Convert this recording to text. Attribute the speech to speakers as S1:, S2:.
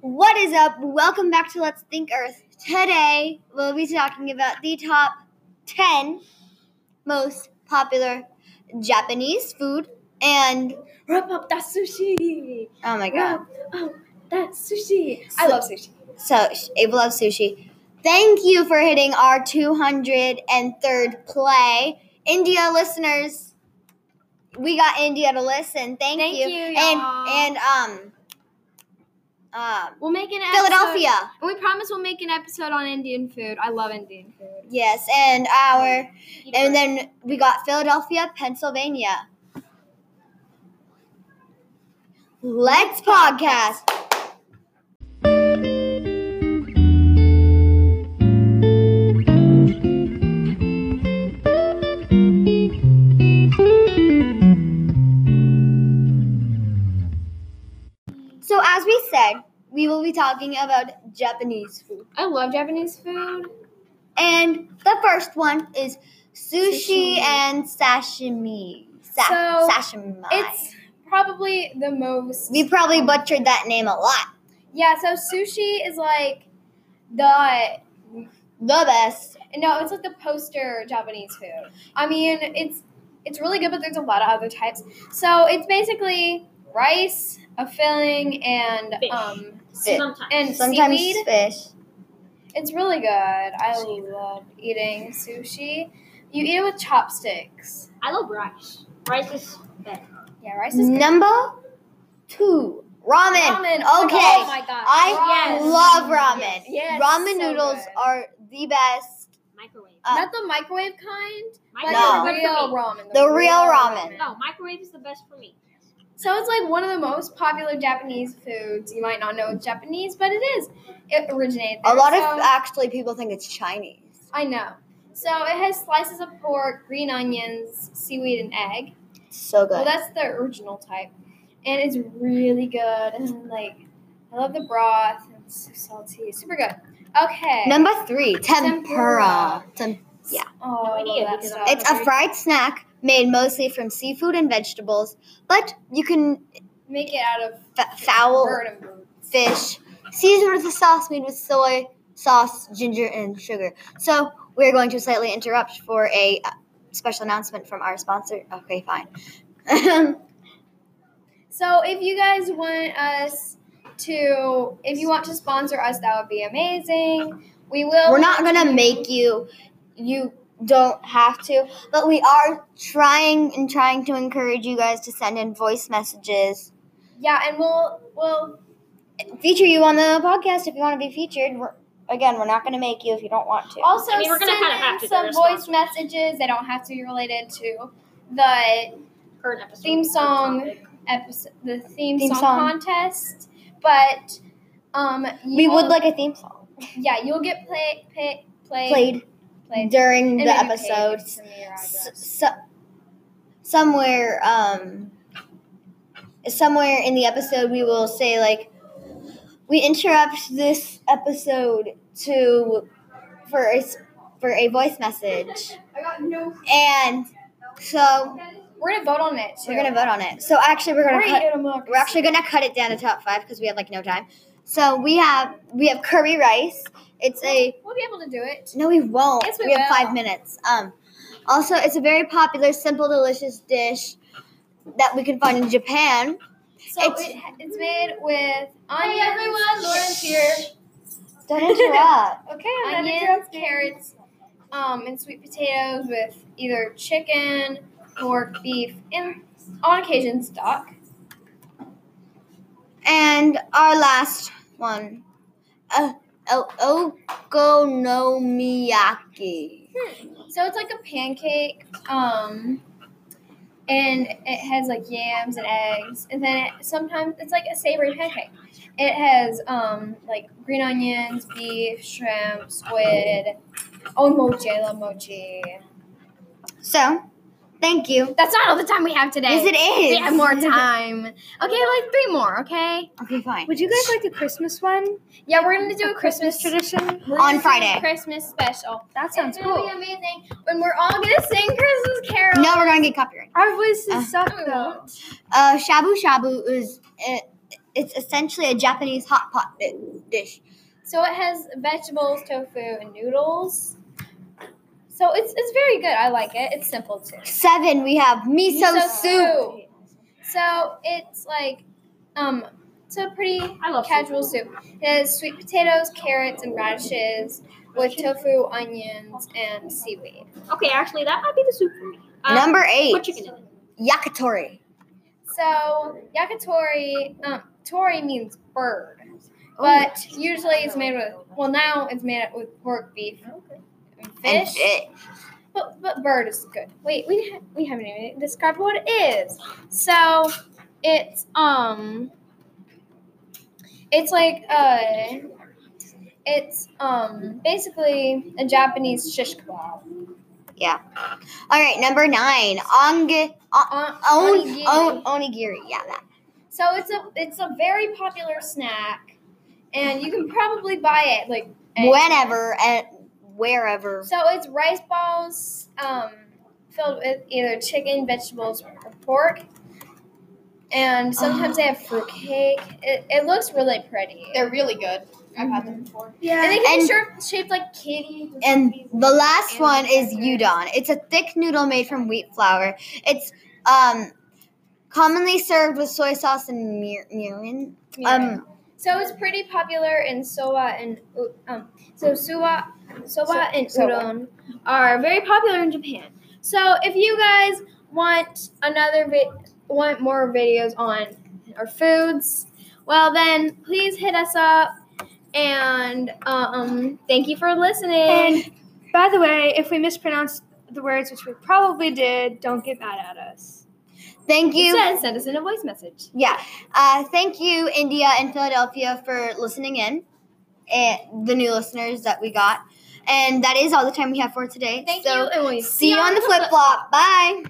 S1: What is up? Welcome back to Let's Think Earth. Today, we'll be talking about the top 10 most popular Japanese food and
S2: Wrap up that sushi.
S1: oh my god.
S2: Wrap up that sushi. I
S1: So-
S2: love sushi.
S1: So, sh- Ava loves sushi. Thank you for hitting our 203rd play. India listeners, we got India to listen. Thank,
S3: Thank you, y'all.
S1: and and um um
S3: We'll make an episode.
S1: Philadelphia.
S3: We promise we'll make an episode on Indian food. I love Indian food.
S1: Yes, and our and then we got Philadelphia, Pennsylvania. Let's podcast. So as we said, we will be talking about Japanese food.
S3: I love Japanese food.
S1: And the first one is
S3: Sashimi.
S1: sushi, and sashimi. Sa-
S2: So,
S1: sashimi.
S2: It's probably the most.
S1: we probably butchered that name a lot.
S2: Yeah, so sushi is like the.
S1: The best.
S2: No, it's like the poster Japanese food. I mean, it's it's really good, but there's a lot of other types. So it's basically rice, a filling, and
S4: Fish.
S2: um
S1: Fish.
S2: and
S1: Sometimes
S2: seaweed.
S1: fish.
S2: It's really good. I love eating sushi. You eat it with chopsticks.
S4: I love rice. Rice is better.
S2: Yeah, rice is good.
S1: Number two, ramen.
S2: Ramen.
S1: Okay.
S2: Oh my god.
S1: I
S4: Yes.
S1: love ramen.
S2: Yes,
S1: ramen
S2: so
S1: noodles
S2: good.
S1: are the best.
S4: Microwave.
S1: Uh,
S2: Not the microwave kind, but
S4: Microwave
S1: No.
S2: the
S4: is
S2: real
S4: good for me.
S2: ramen.
S1: The real ramen.
S4: No, microwave is the best for me.
S2: So it's like one of the most popular Japanese foods. You might not know it's Japanese, but it is. It originated
S1: A
S2: there.
S1: lot of
S2: So-
S1: actually people think it's Chinese.
S2: I know. So it has slices of pork, green onions, seaweed, and egg.
S1: So good.
S2: Well, that's the original type, and it's really good. And like, I love the broth. It's so salty. Super good. Okay.
S1: Number three, tempura.
S2: Tempura.
S1: Tem-
S2: Oh, I
S4: No idea,
S2: love that
S4: because
S2: stuff.
S4: I'm-
S1: It's a fried snack made mostly from seafood and vegetables, but you can
S2: Make it out of
S1: f- fowl,
S2: bird and bird.
S1: fish, seasoned with a sauce made with soy sauce, ginger, and sugar. So we're going to slightly interrupt for a uh, special announcement from our sponsor. Okay, fine.
S2: So if you guys want us to, if you want to sponsor us, that would be amazing. We will.
S1: we're not gonna make you. You don't have to, but we are trying and trying to encourage you guys to send in voice messages.
S2: Yeah, and we'll we'll
S1: Feature you on the podcast if you want to be featured. We're, again, we're not gonna make you if you don't want to.
S2: also
S4: I mean, we're gonna
S2: send
S4: kinda
S2: in
S4: have to do
S2: some
S4: this
S2: voice
S4: sponsor.
S2: messages. They don't have to be related to the
S4: Current episode.
S2: Theme
S4: current
S2: song.
S4: topic.
S2: episode, the theme,
S1: Theme
S2: song,
S1: song.
S2: contest, but um,
S1: We
S2: you'll-
S1: would like a theme song
S2: yeah, you'll get play, play, play,
S1: played
S2: played.
S1: during
S2: And
S1: the
S2: maybe Paige
S1: episode.
S2: can send me your
S1: S-
S2: address.
S1: so, somewhere, um, somewhere in the episode, we will say like, we interrupt this episode to for a s- for a voice message,
S2: I got no.
S1: and so
S2: We're gonna vote on it too.
S1: we're gonna vote on it. So actually, we're gonna
S2: We're
S1: cut.
S2: get a mug.
S1: We're actually gonna cut it down to top five because we have like no time. So we have we have curry rice. It's a
S2: We'll be able to do it.
S1: No, we won't.
S2: Yes, we
S1: have
S2: will.
S1: five minutes. Um, also, it's a very popular, simple, delicious dish that we can find in Japan.
S2: So
S1: It's-
S2: it's, it, it's made with
S4: Hey
S2: onions.
S4: everyone, Lauren's here.
S1: Don't interrupt.
S2: Okay, onions, carrots, um, and sweet potatoes with either chicken, pork, beef, and on occasion stock.
S1: and our last one, uh, o- okonomiyaki.
S2: So it's like a pancake, um, and it has like yams and eggs, and then it, sometimes it's like a savory pancake. It has um, like green onions, beef, shrimp, squid. Oh, and mochi! I love mochi.
S1: So, thank you.
S2: That's not all the time we have today.
S1: Yes, it is.
S2: We have more time. Okay, like three more. Okay.
S1: Okay, fine.
S5: Would you guys like a Christmas one?
S2: Yeah, we're gonna do a
S5: Christmas
S2: Christmas
S5: tradition?
S2: We're gonna do a
S1: Friday.
S2: Christmas special.
S5: That sounds
S2: it's gonna
S5: cool.
S2: be amazing. When we're all gonna sing Christmas carols.
S1: No, we're gonna get copyright.
S5: Our voices
S1: Uh,
S5: suck
S2: No, we
S5: though.
S2: won't.
S1: Uh, shabu shabu is uh, it's essentially a Japanese hot pot di- dish.
S2: So it has vegetables, tofu, and noodles. So it's it's very good. I like it. It's simple too.
S1: Seven, we have miso, soup.
S2: So it's like um it's a pretty
S4: I love
S2: casual soup. It has sweet potatoes, carrots, and radishes with tofu, onions, and seaweed.
S4: soup. Okay, actually, that might be the soup for me. Um,
S1: Number eight,
S4: Put chicken in it.
S1: yakitori.
S2: So yakitori um tori means bird. But usually it's made with well now it's made with pork beef and
S1: And
S2: fish.
S1: it-
S2: But but bird is good. Wait, we ha- we haven't even described what it is. So it's um it's like uh it's um basically a Japanese shish kebab.
S1: all right, number nine, onge, o-
S2: Uh,
S1: on,
S2: onigiri.
S1: on, onigiri. Yeah, that.
S2: So it's a it's a very popular snack, and you can probably buy it like at-
S1: Whenever and wherever.
S2: So it's rice balls um, filled with either chicken, vegetables, or pork. And sometimes they have fruit cake. It, it looks really pretty.
S6: They're really good. I've had them before.
S5: Yeah.
S2: and they can be
S1: And-
S2: shaped, shaped like kitties.
S1: And the last one is udon. It's a thick noodle made from wheat flour. It's um, commonly served with soy sauce and mir- mirin. Um,
S2: so it's pretty popular in soba and u- um, so soba, soba
S6: So-
S2: and
S6: soba.
S2: udon are very popular in Japan. So if you guys want another vi- want more videos on our foods, well then please hit us up. And um, thank you for listening.
S5: And by the way, if we mispronounced the words, which we probably did, don't get mad at us.
S1: thank you.
S2: Instead, send us in a voice message.
S1: Yeah. Uh, thank you, India and Philadelphia, for listening in, and the new listeners that we got. And that is all the time we have for today.
S2: Thank
S1: so
S2: you, and we
S1: see you on the flip flop. Bye.